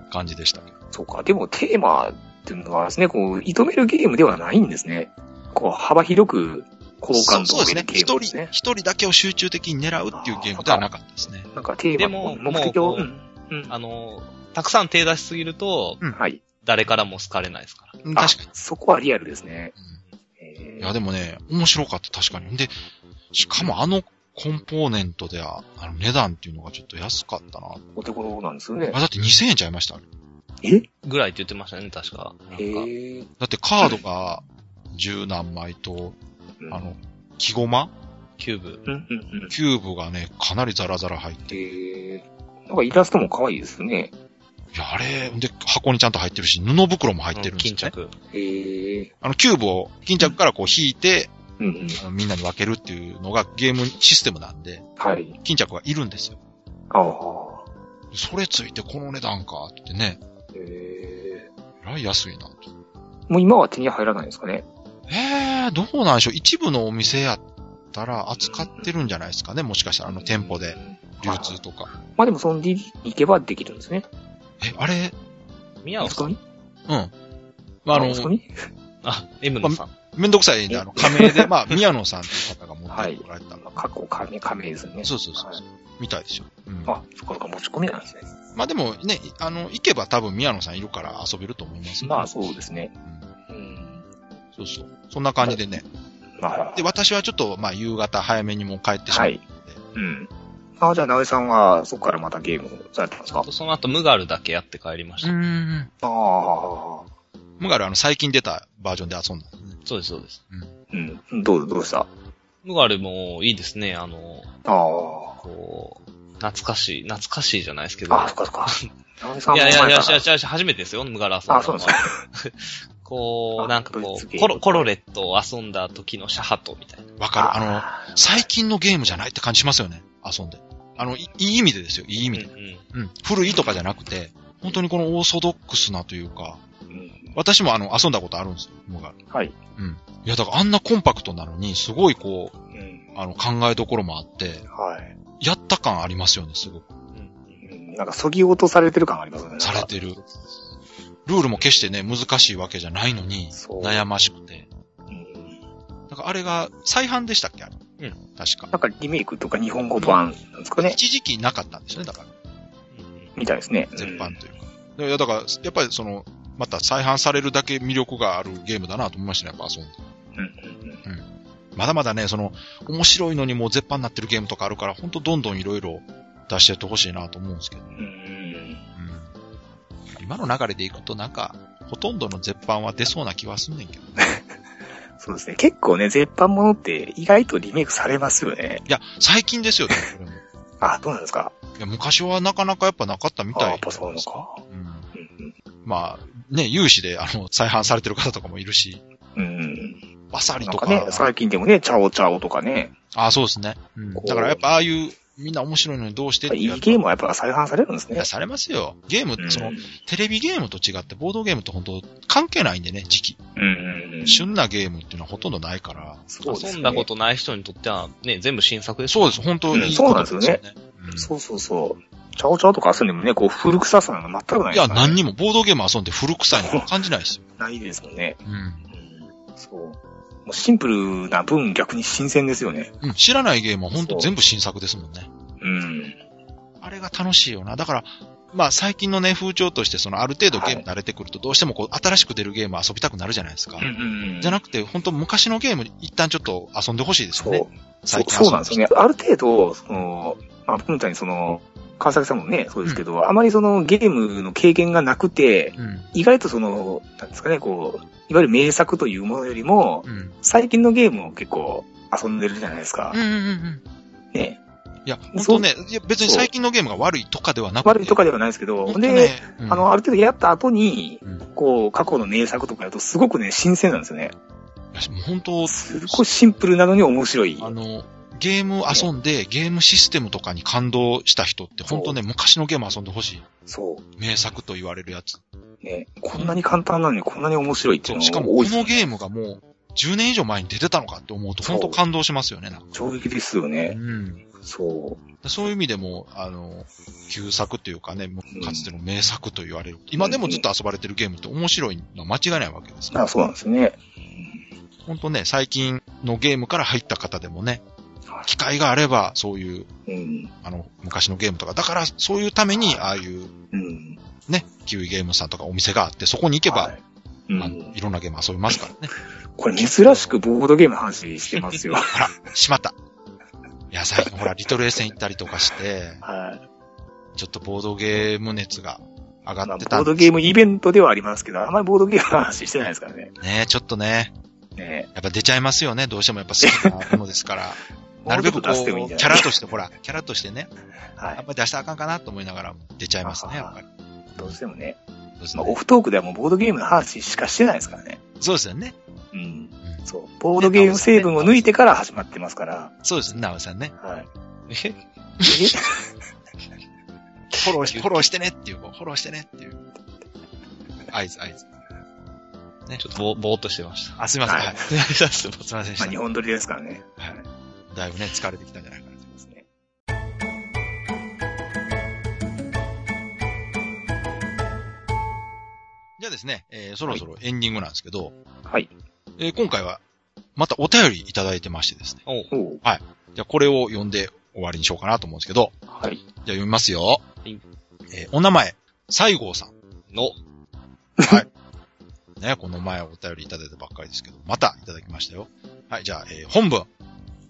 [SPEAKER 3] ん。
[SPEAKER 4] ん。
[SPEAKER 2] 感じでした。
[SPEAKER 3] そうか。でもテーマっていうのはですね、こう、射止めるゲームではないんですね。こう、幅広く好感度
[SPEAKER 2] そ
[SPEAKER 3] を
[SPEAKER 2] うです
[SPEAKER 3] 得
[SPEAKER 2] ね
[SPEAKER 3] る。ゲ
[SPEAKER 2] 一
[SPEAKER 3] ー
[SPEAKER 2] 人
[SPEAKER 3] ムです、ね。
[SPEAKER 2] 一人だけを集中的に狙うっていうゲームではなかったですね。
[SPEAKER 3] なんかテーマの目的を。
[SPEAKER 4] でももう
[SPEAKER 3] うんうん
[SPEAKER 4] あの、たくさん手出しすぎると、
[SPEAKER 3] はい。
[SPEAKER 4] 誰からも好かれないですから。
[SPEAKER 2] うん
[SPEAKER 3] あ
[SPEAKER 2] 確かに。
[SPEAKER 3] そこはリアルですね。
[SPEAKER 2] うんいや、でもね、面白かった、確かに。で、しかもあのコンポーネントでは、あの値段っていうのがちょっと安かったな。
[SPEAKER 3] お手頃なんですよね
[SPEAKER 2] あ、。だって2000円ちゃいました。あれ
[SPEAKER 3] え
[SPEAKER 4] ぐらいって言ってましたね、確か。なん
[SPEAKER 3] へ
[SPEAKER 4] か
[SPEAKER 3] え。
[SPEAKER 2] だってカードが十何枚と、
[SPEAKER 3] うん
[SPEAKER 2] あの、木駒
[SPEAKER 4] キューブ。
[SPEAKER 3] うんうんうん。
[SPEAKER 2] キューブがね、かなりザラザラ入って。い
[SPEAKER 3] へえ。なんかイラストも可愛いですね。
[SPEAKER 2] や、あれ、で、箱にちゃんと入ってるし、布袋も入ってるんです
[SPEAKER 4] 巾
[SPEAKER 2] よね。
[SPEAKER 4] 着。
[SPEAKER 3] へえ。
[SPEAKER 2] あの、キューブを巾着からこう引いて、
[SPEAKER 3] うんうん。
[SPEAKER 2] あのみんなに分けるっていうのがゲームシステムなんで、
[SPEAKER 3] はい。
[SPEAKER 2] 巾着がいるんですよ。
[SPEAKER 3] ああ。
[SPEAKER 2] それついてこの値段かってね、
[SPEAKER 3] へえ。
[SPEAKER 2] えらい安いなと。
[SPEAKER 3] もう今は手に入らないんですかね。
[SPEAKER 2] えー、どうなんでしょう一部のお店やったら扱ってるんじゃないですかねもしかしたらあの店舗で流通とか。
[SPEAKER 3] まあでもその DD に行けばできるんですね。
[SPEAKER 2] え、あれ
[SPEAKER 4] 宮尾
[SPEAKER 3] 息
[SPEAKER 4] さ
[SPEAKER 3] 子
[SPEAKER 4] ん。
[SPEAKER 3] に
[SPEAKER 2] うん。まあ、あの、
[SPEAKER 3] 息子に
[SPEAKER 4] あ、M のさん。
[SPEAKER 2] めんどくさいんで、あの、仮名で、
[SPEAKER 3] [LAUGHS]
[SPEAKER 2] まあ、宮野さんっていう方が持っ
[SPEAKER 3] は
[SPEAKER 2] て
[SPEAKER 3] い
[SPEAKER 2] こられたの。
[SPEAKER 3] 過去仮名、仮名ですよね。
[SPEAKER 2] そうそうそう
[SPEAKER 3] は
[SPEAKER 2] そ。
[SPEAKER 3] いう
[SPEAKER 2] みたいでしょ。うん。
[SPEAKER 3] あ、そこか持ち込みなんですね。
[SPEAKER 2] まあでもね、あの、行けば多分宮野さんいるから遊べると思いますよ
[SPEAKER 3] まあそうですね。
[SPEAKER 2] うん
[SPEAKER 3] うん。
[SPEAKER 2] そうそう。そんな感じでね。
[SPEAKER 3] まあ
[SPEAKER 2] で、、私はちょっと、まあ、夕方早めにもう帰ってしま
[SPEAKER 3] は
[SPEAKER 2] う。
[SPEAKER 3] い。うん。あ、じゃあ、なおさんは、そこからまたゲームをされたんですか
[SPEAKER 4] その後、ムガルだけやって帰りまし
[SPEAKER 2] う
[SPEAKER 4] た。
[SPEAKER 2] ん。
[SPEAKER 3] ああ。
[SPEAKER 2] ムガル、あの、最近出たバージョンで遊んだんですね。
[SPEAKER 4] そうです、そうです。
[SPEAKER 3] うん。どう、どうしたあ
[SPEAKER 4] ムガルもいいですね、あの、
[SPEAKER 3] あ。
[SPEAKER 4] こう、懐かしい、懐かしいじゃないですけど。
[SPEAKER 3] あ、そっかそっか。なおさ
[SPEAKER 2] [LAUGHS]
[SPEAKER 3] ん
[SPEAKER 4] いやいやいや、いやい
[SPEAKER 3] や。
[SPEAKER 4] やいや初めてですよ、ムガル遊んだのは。
[SPEAKER 3] あ、そうなんですか。
[SPEAKER 4] [LAUGHS] こう、
[SPEAKER 3] あ
[SPEAKER 4] なんか
[SPEAKER 3] ドイ
[SPEAKER 4] こ
[SPEAKER 3] ツゲ
[SPEAKER 4] う、
[SPEAKER 3] ーム
[SPEAKER 4] コロ、コロレットを遊んだ時のシャハトみたいな。
[SPEAKER 2] わかる。あの、最近のゲームじゃないって感じしますよね。遊んで。あの、いいい意味でですよ。いい意味で。
[SPEAKER 4] うんうん
[SPEAKER 2] うん。古いとかじゃなくて、本当にこのオーソドックスなというか、
[SPEAKER 3] うん
[SPEAKER 2] 私もあの、遊んだことあるんですよ。ムガル。
[SPEAKER 3] はい。
[SPEAKER 2] いや、だからあんなコンパクトなのに、すごいこう、
[SPEAKER 3] うん。
[SPEAKER 2] あの、考えどころもあって、
[SPEAKER 3] はい。
[SPEAKER 2] やった感ありますよね、すごく。
[SPEAKER 3] うんなんか、そぎ落とされてる感ありますね。
[SPEAKER 2] されてる。ルールも決してね、難しいわけじゃないのに、
[SPEAKER 3] そう
[SPEAKER 2] 悩ましくて。
[SPEAKER 3] うん
[SPEAKER 2] だからあれが、再販でしたっけあれ。うん。確か。
[SPEAKER 3] なんか、リメイクとか日本語版なんですかね。
[SPEAKER 2] 一時期なかったんですよね、だから。
[SPEAKER 3] みたいですね。
[SPEAKER 2] 絶版というか。いや、だから、やっぱりその、また再販されるだけ魅力があるゲームだなと思いましたね、やっぱ遊んで。
[SPEAKER 3] うんうんうん
[SPEAKER 2] まだまだね、その、面白いのにもう絶版になってるゲームとかあるから、ほんとどんどんいろいろ出してってほしいなと思うんですけど。うん。
[SPEAKER 3] うん。
[SPEAKER 2] 今の流れでいくとなんか、ほとんどの絶版は出そうな気はすんねんけど。い
[SPEAKER 3] そうですね。結構ね、絶版ものって意外とリメイクされますよね。
[SPEAKER 2] や、最近ですよ、でもこれも。
[SPEAKER 3] あ、どうなんですか
[SPEAKER 2] いや、昔はなかなかやっぱなかったみ
[SPEAKER 3] あ
[SPEAKER 2] たい。
[SPEAKER 3] やっぱそうなのか。
[SPEAKER 2] うん。
[SPEAKER 3] うん
[SPEAKER 2] まあ、ね、有志で、あの、再販されてる方とかもいるし、
[SPEAKER 3] うん。うん。
[SPEAKER 2] バサリ
[SPEAKER 3] なん
[SPEAKER 2] と
[SPEAKER 3] か
[SPEAKER 2] か。
[SPEAKER 3] ね、最近でもね、チャオチャオとかね、
[SPEAKER 2] あそうですね。うん
[SPEAKER 3] こう
[SPEAKER 2] だからやっぱああいう、みんな面白いのにどうしてって
[SPEAKER 3] い
[SPEAKER 2] や
[SPEAKER 3] い
[SPEAKER 2] つい
[SPEAKER 3] ゲームはやっぱ再販されるんですね
[SPEAKER 2] や、。されますよ。ゲーム、
[SPEAKER 3] うん
[SPEAKER 2] その、テレビゲームと違って、ボードゲームと本当関係ないんでね、時期。
[SPEAKER 3] うんうん。
[SPEAKER 2] 旬なゲームっていうのはほとんどないから。
[SPEAKER 3] そうですね
[SPEAKER 4] 遊んだことない人にとっては、ね、全部新作です
[SPEAKER 2] そうです、本当
[SPEAKER 3] う
[SPEAKER 2] に
[SPEAKER 3] ん
[SPEAKER 2] いい
[SPEAKER 3] そ
[SPEAKER 2] こ
[SPEAKER 3] うなん
[SPEAKER 2] と
[SPEAKER 3] です
[SPEAKER 2] で
[SPEAKER 3] よ
[SPEAKER 2] すよ
[SPEAKER 3] ね
[SPEAKER 2] ね。
[SPEAKER 3] そうそうそう。チャオチャオとか遊んでもね、こう、古臭さが全く
[SPEAKER 2] う
[SPEAKER 3] なんい
[SPEAKER 2] いや、何
[SPEAKER 3] に
[SPEAKER 2] にもボードゲーム遊んで古臭いのは感じないですよ。
[SPEAKER 3] ないですもんね。
[SPEAKER 2] うん。
[SPEAKER 3] うん。そう。もうシンプルな分逆に新鮮ですよね。
[SPEAKER 2] うん、知らないゲームは本
[SPEAKER 3] そ
[SPEAKER 2] 当
[SPEAKER 3] う
[SPEAKER 2] 全部新作ですもんね。
[SPEAKER 3] うん。
[SPEAKER 2] あれが楽しいよな。だから、まあ最近のね、風潮として、そのある程度ゲーム慣れてくると、どうしてもこう、新しく出るゲーム遊びたくなるじゃないですか。
[SPEAKER 3] うん
[SPEAKER 2] じゃ
[SPEAKER 3] なく
[SPEAKER 2] なくて、本当昔のゲーム、一旦ちょっと遊んでほしいですよ
[SPEAKER 3] そう
[SPEAKER 2] ね。。
[SPEAKER 3] そ
[SPEAKER 2] 最
[SPEAKER 3] う
[SPEAKER 2] 近遊
[SPEAKER 3] そうなんですよね
[SPEAKER 2] で。
[SPEAKER 3] ある程度、その、まあ、僕みたいにその、川崎さんもね、そうですけど、あまりそのゲームの経験がなくて、
[SPEAKER 2] うん。
[SPEAKER 3] 意外とその、なんですかね、こう、いわゆる名作というものよりも、
[SPEAKER 2] うん。
[SPEAKER 3] 最近のゲームを結構遊んでるじゃないですか
[SPEAKER 2] うん。うんうん
[SPEAKER 3] ね。
[SPEAKER 2] うん。いや、本当ね、いや別に最近のゲームが悪いとかではなくて。
[SPEAKER 3] 悪いとかではないですけど、
[SPEAKER 2] 本当ね、
[SPEAKER 3] で、
[SPEAKER 2] うん
[SPEAKER 3] あの、ある程度やった後に
[SPEAKER 2] うん、
[SPEAKER 3] こう、過去の名作とかやるとすごくね、新鮮なんですよね。
[SPEAKER 2] いや本当、
[SPEAKER 3] すごいシンプルなのに面白い。
[SPEAKER 2] あの、ゲーム遊んで、ゲームシステムとかに感動した人って、本当ね、昔のゲーム遊んでほしい。
[SPEAKER 3] そ
[SPEAKER 2] 名作と言われるやつ。
[SPEAKER 3] う。ね。こんなに簡単なのにこんなに面白いってい
[SPEAKER 2] そうう、
[SPEAKER 3] の
[SPEAKER 2] しかも
[SPEAKER 3] が多
[SPEAKER 2] こ
[SPEAKER 3] いです
[SPEAKER 2] の
[SPEAKER 3] よね
[SPEAKER 2] ゲームがもう、10年以上前に出てたのかって思うと、
[SPEAKER 3] そう
[SPEAKER 2] 本当感動しますよね、なんか。
[SPEAKER 3] 衝撃ですよ
[SPEAKER 2] う
[SPEAKER 3] ね。
[SPEAKER 2] ん。
[SPEAKER 3] そう。
[SPEAKER 2] そういう意味でも、あの、旧作というかね、もう
[SPEAKER 3] うん
[SPEAKER 2] かつての名作と言われる。今でもずっと遊ばれてるゲームって面白いのは間違いないわけです。
[SPEAKER 3] あそうなんですね。
[SPEAKER 2] 本当ね、最近のゲームから入った方でもね、機会があれば、そういう、
[SPEAKER 3] うん。
[SPEAKER 2] あの、昔のゲームとか、だから、そういうために、ああいう、
[SPEAKER 3] うん。
[SPEAKER 2] ね、キウイゲームさんとかお店があって、そこに行けば、
[SPEAKER 3] はい、ううん
[SPEAKER 2] あのいろんなゲーム遊びますからね。
[SPEAKER 3] これ珍しくボードゲームの話してま
[SPEAKER 2] [LAUGHS]
[SPEAKER 3] すよ。
[SPEAKER 2] ほら、しまった。いや、最近ほら、リトルエッセン行ったりとかして、
[SPEAKER 3] はい。
[SPEAKER 2] ちょっとボードゲーム熱が上
[SPEAKER 3] ま
[SPEAKER 2] が
[SPEAKER 3] あ、
[SPEAKER 2] っ
[SPEAKER 3] ボ
[SPEAKER 2] てた
[SPEAKER 3] ー
[SPEAKER 2] んで
[SPEAKER 3] ド
[SPEAKER 2] す
[SPEAKER 3] ゲームイベントではありますけど、あんまりボードゲームの話してないですからね。
[SPEAKER 2] ね、ちょっとね、
[SPEAKER 3] ね
[SPEAKER 2] やっぱ出ちゃいますよね。どうしてもやっぱ好きなものですから。なるべくこ
[SPEAKER 3] [LAUGHS] もうちょっと出してもいいん
[SPEAKER 2] う、
[SPEAKER 3] じ
[SPEAKER 2] キ
[SPEAKER 3] ゃない
[SPEAKER 2] ャラとして、ほら、キャラとしてね、
[SPEAKER 3] は
[SPEAKER 2] やっ
[SPEAKER 3] い。
[SPEAKER 2] ぱり出したらあかんかなと思いながら出ちゃいますね、
[SPEAKER 3] あ
[SPEAKER 2] や
[SPEAKER 3] は
[SPEAKER 2] っぱ
[SPEAKER 3] は
[SPEAKER 2] り。
[SPEAKER 3] どうしてもね。
[SPEAKER 2] そうです
[SPEAKER 3] まあ、
[SPEAKER 2] ね
[SPEAKER 3] オフトークではもうボードゲームの話しかしてないですからね。
[SPEAKER 2] そうですよね。
[SPEAKER 3] うん。
[SPEAKER 2] うん
[SPEAKER 3] そう。ボードゲーム成分を抜いてから始まってますから。
[SPEAKER 2] そうですね、なおさんね。
[SPEAKER 3] はい。
[SPEAKER 4] え
[SPEAKER 3] え
[SPEAKER 2] フォローし、フォローしてねっていう、こうフォローしてねっていう。合図、合図。ね
[SPEAKER 4] ちょっとぼぼーっとしてました。
[SPEAKER 2] あ、すいません。
[SPEAKER 3] はい
[SPEAKER 2] はい、 [LAUGHS] すいませんで
[SPEAKER 3] [LAUGHS] まあ、
[SPEAKER 2] し
[SPEAKER 3] 日本撮りですからね。
[SPEAKER 2] た。はい。だいぶね、疲れてきたんじゃないかなと思いますね。じゃあですね、えーそろそろエンディングなんですけど、
[SPEAKER 3] はい。
[SPEAKER 2] えー今回は、またお便りいただいてましてですね。
[SPEAKER 4] おう
[SPEAKER 3] おう
[SPEAKER 2] じゃあこれを読んで終わりにしようかなと思うんですけど、
[SPEAKER 3] はい。
[SPEAKER 2] じゃあ読みますよ。
[SPEAKER 4] い
[SPEAKER 2] えーお名前、西郷さん。
[SPEAKER 4] の、
[SPEAKER 2] はい。ね、この前お便りいただいたばっかりですけど、またいただきましたよ。はい、じゃあ、えー本文。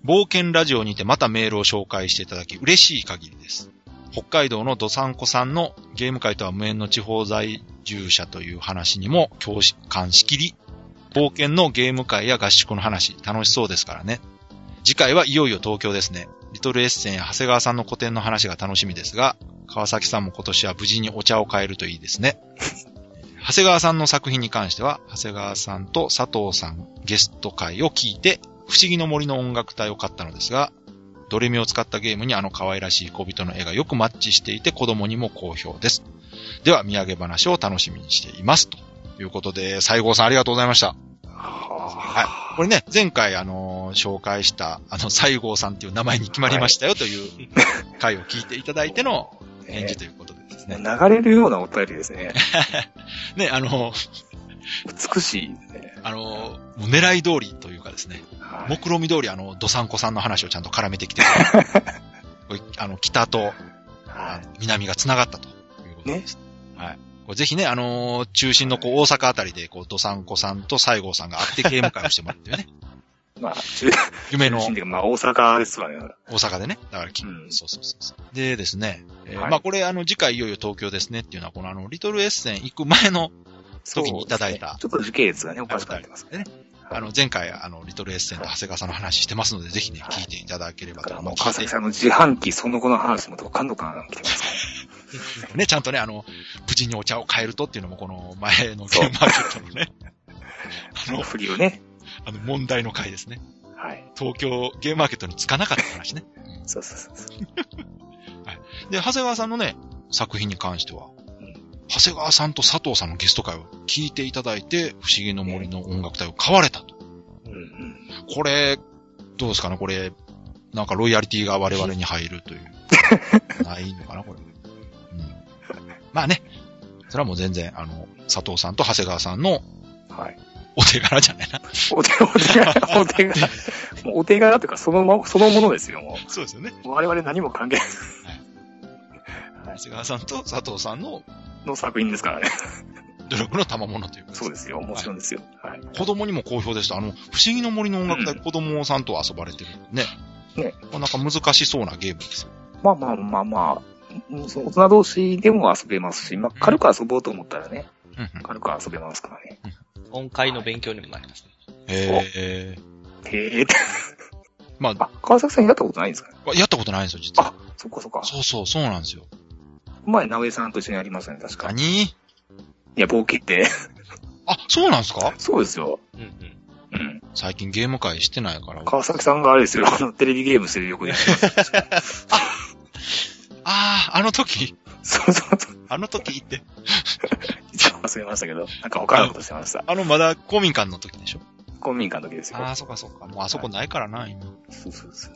[SPEAKER 2] 冒険ラジオにてまたメールを紹介していただき嬉しい限りです。北海道のドサンコさんのゲーム界とは無縁の地方在住者という話にも共感しきり、冒険のゲーム界や合宿の話、楽しそうですからね。次回はいよいよ東京ですね。リトルエッセンや長谷川さんの個展の話が楽しみですが、川崎さんも今年は無事にお茶を変えるといいですね。長谷川さんの作品に関しては、長谷川さんと佐藤さんゲスト会を聞いて、不思議の森の音楽隊を買ったのですが、ドレミを使ったゲームにあの可愛らしい小人の絵がよくマッチしていて子供にも好評です。では、土産話を楽しみにしています。ということで、西郷さんありがとうございました。
[SPEAKER 3] は
[SPEAKER 2] これね、前回あのー紹介した、あの、西郷さんっていう名前に決まりましたよという回を聞いていただいての
[SPEAKER 3] い。
[SPEAKER 2] 返
[SPEAKER 3] ね
[SPEAKER 2] 事ということでです [LAUGHS] ね。
[SPEAKER 3] 流れるようなお便りですね。
[SPEAKER 2] ね、あのー
[SPEAKER 3] 美しいですね。
[SPEAKER 2] あのーもう狙い通りというかですね、
[SPEAKER 3] はい。
[SPEAKER 2] 目論見通り、あの、ドサンコさんの話をちゃんと絡めて
[SPEAKER 3] [LAUGHS]
[SPEAKER 2] きて、これあの、北とあ
[SPEAKER 3] は
[SPEAKER 2] の南が繋がったということです。はい。これぜひね、あのー中心のこう大阪あたりで、こう、ドサンコさんと西郷さんが会ってゲーム会をしてもらって
[SPEAKER 3] [LAUGHS]
[SPEAKER 2] ね、
[SPEAKER 3] い。まあ、中
[SPEAKER 2] 夢の
[SPEAKER 3] 中心で、まあ、大阪ですわね。
[SPEAKER 2] 大阪でね。だからき、
[SPEAKER 3] うん
[SPEAKER 2] そうそうそうそう。でですね、えー
[SPEAKER 3] はい
[SPEAKER 2] まあこれあの次回いよいよ東京ですねっていうのはこのあのリトルエッセン行く前の、時にいただいた
[SPEAKER 3] そうですねちょっと時系列がね、おかしくなってますね。
[SPEAKER 2] ね、あの前回あのリトルエッセンと長谷川さんの話してますので、ぜひね、
[SPEAKER 3] はい
[SPEAKER 2] 聞いていただければ
[SPEAKER 3] だか
[SPEAKER 2] と
[SPEAKER 3] ら
[SPEAKER 2] 思い
[SPEAKER 3] も
[SPEAKER 2] うま
[SPEAKER 3] 川
[SPEAKER 2] す。
[SPEAKER 3] 崎さんの自販機その後の話もどかんどかん来てますね。
[SPEAKER 2] ね、ちゃんとね、あの、無事にお茶を変えるとっていうのもこの前のゲームマーケットのね、あ
[SPEAKER 3] その
[SPEAKER 2] の、
[SPEAKER 3] 振りをね。
[SPEAKER 2] あの問題の回ですね。
[SPEAKER 3] はい。
[SPEAKER 2] 東京ゲームマーケットに着かなかった話ね。
[SPEAKER 3] そうそうそうそう。
[SPEAKER 2] で、長谷川さんのね、作品に関しては
[SPEAKER 3] ん、
[SPEAKER 2] 長谷川さんと佐藤さんのゲスト会を聞いていただいて、不思議の森の音楽隊を買われたと。
[SPEAKER 3] うんうん。
[SPEAKER 2] これ、どうですかねこれ、なんかロイヤリティが我々に入るという。ないのかなこれ。うん。まあね。それはもう全然、あの、佐藤さんと長谷川さんの
[SPEAKER 3] はい。
[SPEAKER 2] お手柄じゃないな。
[SPEAKER 3] お手、お手柄、お手柄。もうお手柄というか、そのまま、そのものですよ、も
[SPEAKER 2] そうですよね。
[SPEAKER 3] う。もう我々何も関係ない。
[SPEAKER 2] 長谷川さんと佐藤さんの
[SPEAKER 3] の作品ですからね。
[SPEAKER 2] 努力の賜物というか。
[SPEAKER 3] [LAUGHS] そうですよ、もちろんですよ。はい。
[SPEAKER 2] 子供にも好評でした。あの、不思議の森の音楽隊、
[SPEAKER 3] うん
[SPEAKER 2] 子供さんと遊ばれてる。ね。
[SPEAKER 3] ね
[SPEAKER 2] まあなんか難しそうなゲームですよ。
[SPEAKER 3] まあまあまあまあ、うんそう大人同士でも遊べますし、まあ、軽く遊ぼうと思ったらね、
[SPEAKER 2] うん
[SPEAKER 3] 軽く遊べますからね。
[SPEAKER 4] 音階の勉強にもなりますね。
[SPEAKER 2] うん。えー、
[SPEAKER 3] へえって。
[SPEAKER 2] まあ
[SPEAKER 3] あ、川崎さんやったことないんですかね
[SPEAKER 2] やったことないんですよ、実は。
[SPEAKER 3] あそっかそっか。
[SPEAKER 2] そうそう、そうなんですよ。
[SPEAKER 3] 前、直江さんと一緒にやりましたね、確か。い
[SPEAKER 2] 何
[SPEAKER 3] や、冒険って。
[SPEAKER 2] あ、そうなんですか
[SPEAKER 3] そうですよ。
[SPEAKER 4] うんうん。
[SPEAKER 3] うん。
[SPEAKER 2] 最近ゲーム会してないから。あ
[SPEAKER 3] 川崎さんがあれですよ、あの、テレビゲームしてる横 [LAUGHS] で。
[SPEAKER 2] あー、あの時、
[SPEAKER 3] そうそうそう。
[SPEAKER 2] あの時って、
[SPEAKER 3] 一応忘れましたけど、なんか他のことしてました。
[SPEAKER 2] あのまだ公民館の時でしょ。
[SPEAKER 3] 公民館の時ですよ。
[SPEAKER 2] ああ、そっかそっか。もうあそこないからな、今。
[SPEAKER 3] そうそうそう。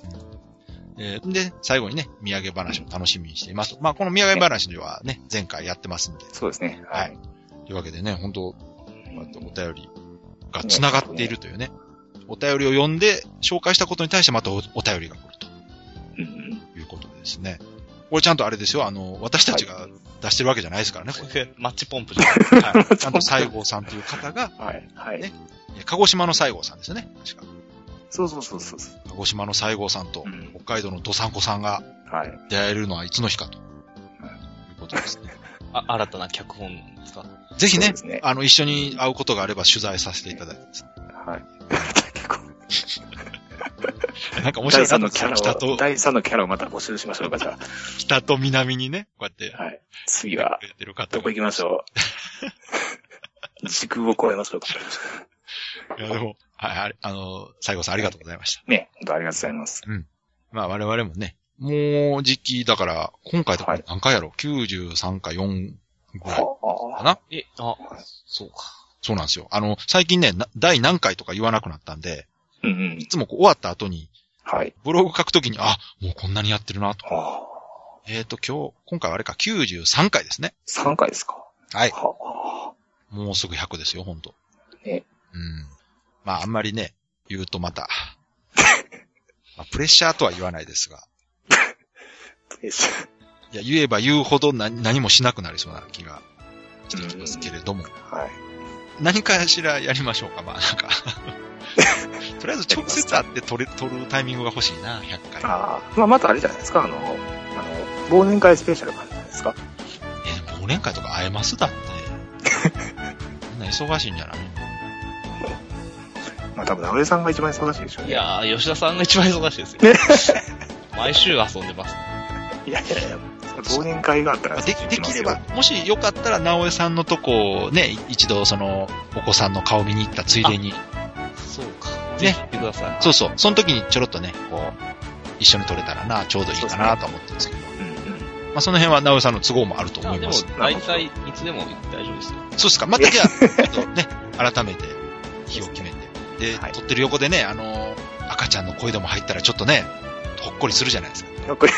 [SPEAKER 2] えーで、最後にね、土産話を楽しみにしています。まあ、この土産話ではね、前回やってますんで。
[SPEAKER 3] そうですね。
[SPEAKER 2] は
[SPEAKER 3] はいい。。
[SPEAKER 2] というわけでね、本当こうやってお便りが繋がっているというね。お便りを読んで紹介したことに対してまたおお便りが来る
[SPEAKER 3] うんうん。
[SPEAKER 2] ということですね。これちゃんとあれですよ、あの、私たちが出してるわけじゃないですからね、これ。
[SPEAKER 4] マッチポンプじゃない。はい。
[SPEAKER 3] [LAUGHS]
[SPEAKER 2] ちゃんと西郷さんという方が、
[SPEAKER 3] はい。はい。
[SPEAKER 2] ねえ鹿児島の西郷さんですよね。確か。
[SPEAKER 3] そうそうそうそうそう。
[SPEAKER 2] 鹿児島の西郷さんと
[SPEAKER 3] うん
[SPEAKER 2] 北海道のドサンコさんが
[SPEAKER 3] はい。
[SPEAKER 2] 出会えるのはいつの日かと。いうことですね。
[SPEAKER 4] あ、新たな脚本なんですか
[SPEAKER 2] ぜひ
[SPEAKER 3] そう
[SPEAKER 2] ね
[SPEAKER 3] で、すね。
[SPEAKER 2] あの、一緒に会うことがあれば取材させていただいてですね。
[SPEAKER 3] はい。
[SPEAKER 2] なん [LAUGHS] か面白
[SPEAKER 3] 第
[SPEAKER 2] いなと思
[SPEAKER 3] 3の
[SPEAKER 2] っ
[SPEAKER 3] キ
[SPEAKER 2] て
[SPEAKER 3] ャラ
[SPEAKER 2] 北
[SPEAKER 3] を、
[SPEAKER 2] と、
[SPEAKER 3] 第3のキャラをまた募集しましょうか、じゃ
[SPEAKER 2] 北と南にね、こうやって [LAUGHS]
[SPEAKER 3] あ。はい。次は、
[SPEAKER 2] くれてる方
[SPEAKER 3] ど
[SPEAKER 2] が
[SPEAKER 3] こ行きましょ
[SPEAKER 2] [LAUGHS]
[SPEAKER 3] う時空を超えましょうか。
[SPEAKER 2] いや、でも、はい、あれあの、西郷さんありがとうございました。
[SPEAKER 3] ね、本当ありがとうございます。
[SPEAKER 2] まあ、我々もね、もう時期、だから、今回とか何回やろう、?93 か4ぐらい。
[SPEAKER 3] はあ
[SPEAKER 4] え、あ、そうか。
[SPEAKER 2] そうなんですよ。あの、最近ね、な第何回とか言わなくなったんで、
[SPEAKER 3] うんうん
[SPEAKER 2] い。つもこう終わった後に、
[SPEAKER 3] はい。
[SPEAKER 2] ブログ書くときに、あ、もうこんなにやってるなと。
[SPEAKER 3] はあ、
[SPEAKER 2] えっ、と、今日、今回はあれか、93回ですね。
[SPEAKER 3] 3回ですか
[SPEAKER 2] はい。
[SPEAKER 3] は
[SPEAKER 2] もうすぐ100ですよ、ほんと。
[SPEAKER 3] ね
[SPEAKER 2] うん。まあ、あんまりね、言うとまた、まあ、プレッシャーとは言わないですが、
[SPEAKER 3] あ。よし
[SPEAKER 2] いや、言えば言うほど何何もしなくなりそうな気がしてきますけれども、
[SPEAKER 3] はい。
[SPEAKER 2] 何かしらやりましょうか、まあなんか。 [LAUGHS] とりあえず直接会って撮れ、撮るタイミングが欲しいな、100回。
[SPEAKER 3] ああ。まあ、またあれじゃないですか、あの、あの、忘年会スペシャルかじゃないですか。
[SPEAKER 2] え、忘年会とか会えますだって。みんな忙しいんじゃない
[SPEAKER 3] まあ、多分、直江さんが一番忙しいでしょうね。
[SPEAKER 4] いやー、吉田さんが一番忙しいですよ。
[SPEAKER 3] [LAUGHS]
[SPEAKER 4] 毎週遊んでます。
[SPEAKER 3] いやいやいや、忘年会があったら、
[SPEAKER 2] でできれば、もしよかったら、直江さんのとこをね、い一度その、お子さんの顔見に行ったついでに、
[SPEAKER 4] そうか。
[SPEAKER 2] ね
[SPEAKER 4] ぜひ来てください。
[SPEAKER 2] そうそう、その時にちょろっとね、こう、一緒に撮れたらな、ちょうどいいかなと思ってるんですけど、
[SPEAKER 3] うんうん。
[SPEAKER 2] まあその辺は直江さんの都合もあると思
[SPEAKER 4] あ
[SPEAKER 2] い
[SPEAKER 4] で
[SPEAKER 2] ま
[SPEAKER 4] も
[SPEAKER 2] す。、
[SPEAKER 4] 大体、いつでも大丈夫ですよ。
[SPEAKER 2] そうっすか。またじゃあ、ちょっとね、改めて、日を決めて。で、
[SPEAKER 3] はい
[SPEAKER 2] 撮ってる横でね、あのー赤ちゃんの声でも入ったらちょっとね、ほっこりするじゃないですか。
[SPEAKER 3] やっぱり、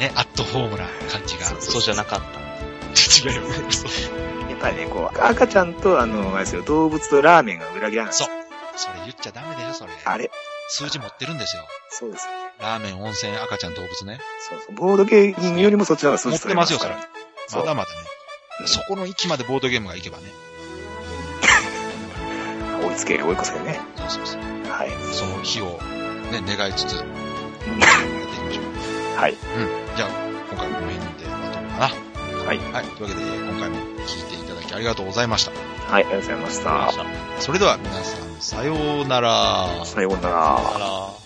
[SPEAKER 2] ね、アットホームな感じが。
[SPEAKER 3] そう
[SPEAKER 4] そうじゃなかった。
[SPEAKER 2] 違うよ。そう。
[SPEAKER 3] やっぱりね、こう、赤ちゃんと、あの、あれですよ、動物とラーメンが裏切らない。
[SPEAKER 2] そうそれ言っちゃダメだよ、それ。
[SPEAKER 3] あれ
[SPEAKER 2] 数字持ってるんですよ。
[SPEAKER 3] そうです。
[SPEAKER 2] ラーメン、温泉、赤ちゃん、動物ね。
[SPEAKER 3] そうそう。ボードゲームよりもそっちの方が数
[SPEAKER 2] 持
[SPEAKER 3] 字
[SPEAKER 2] ってますよ、それ。
[SPEAKER 3] 取
[SPEAKER 2] ま
[SPEAKER 3] そう
[SPEAKER 2] だまだ
[SPEAKER 3] う
[SPEAKER 2] ね。
[SPEAKER 3] ん
[SPEAKER 2] そこの域までボードゲームがいけばね。
[SPEAKER 3] れますから追いつけ、追い越せね。
[SPEAKER 2] そうそうそう。
[SPEAKER 3] はい。
[SPEAKER 2] その日を、ね、願いつつ、やっていきましょう。
[SPEAKER 3] はい。
[SPEAKER 2] じゃあ、今回この辺でまとめかな。
[SPEAKER 3] はい。
[SPEAKER 2] はい。というわけで、今回も聞いていただきありがとうございました。
[SPEAKER 3] はい、ありがとうございまし
[SPEAKER 4] あ
[SPEAKER 3] た。
[SPEAKER 4] りがとうございま
[SPEAKER 2] それでは皆さん、さようなら。
[SPEAKER 3] さようなら
[SPEAKER 4] した。。あらー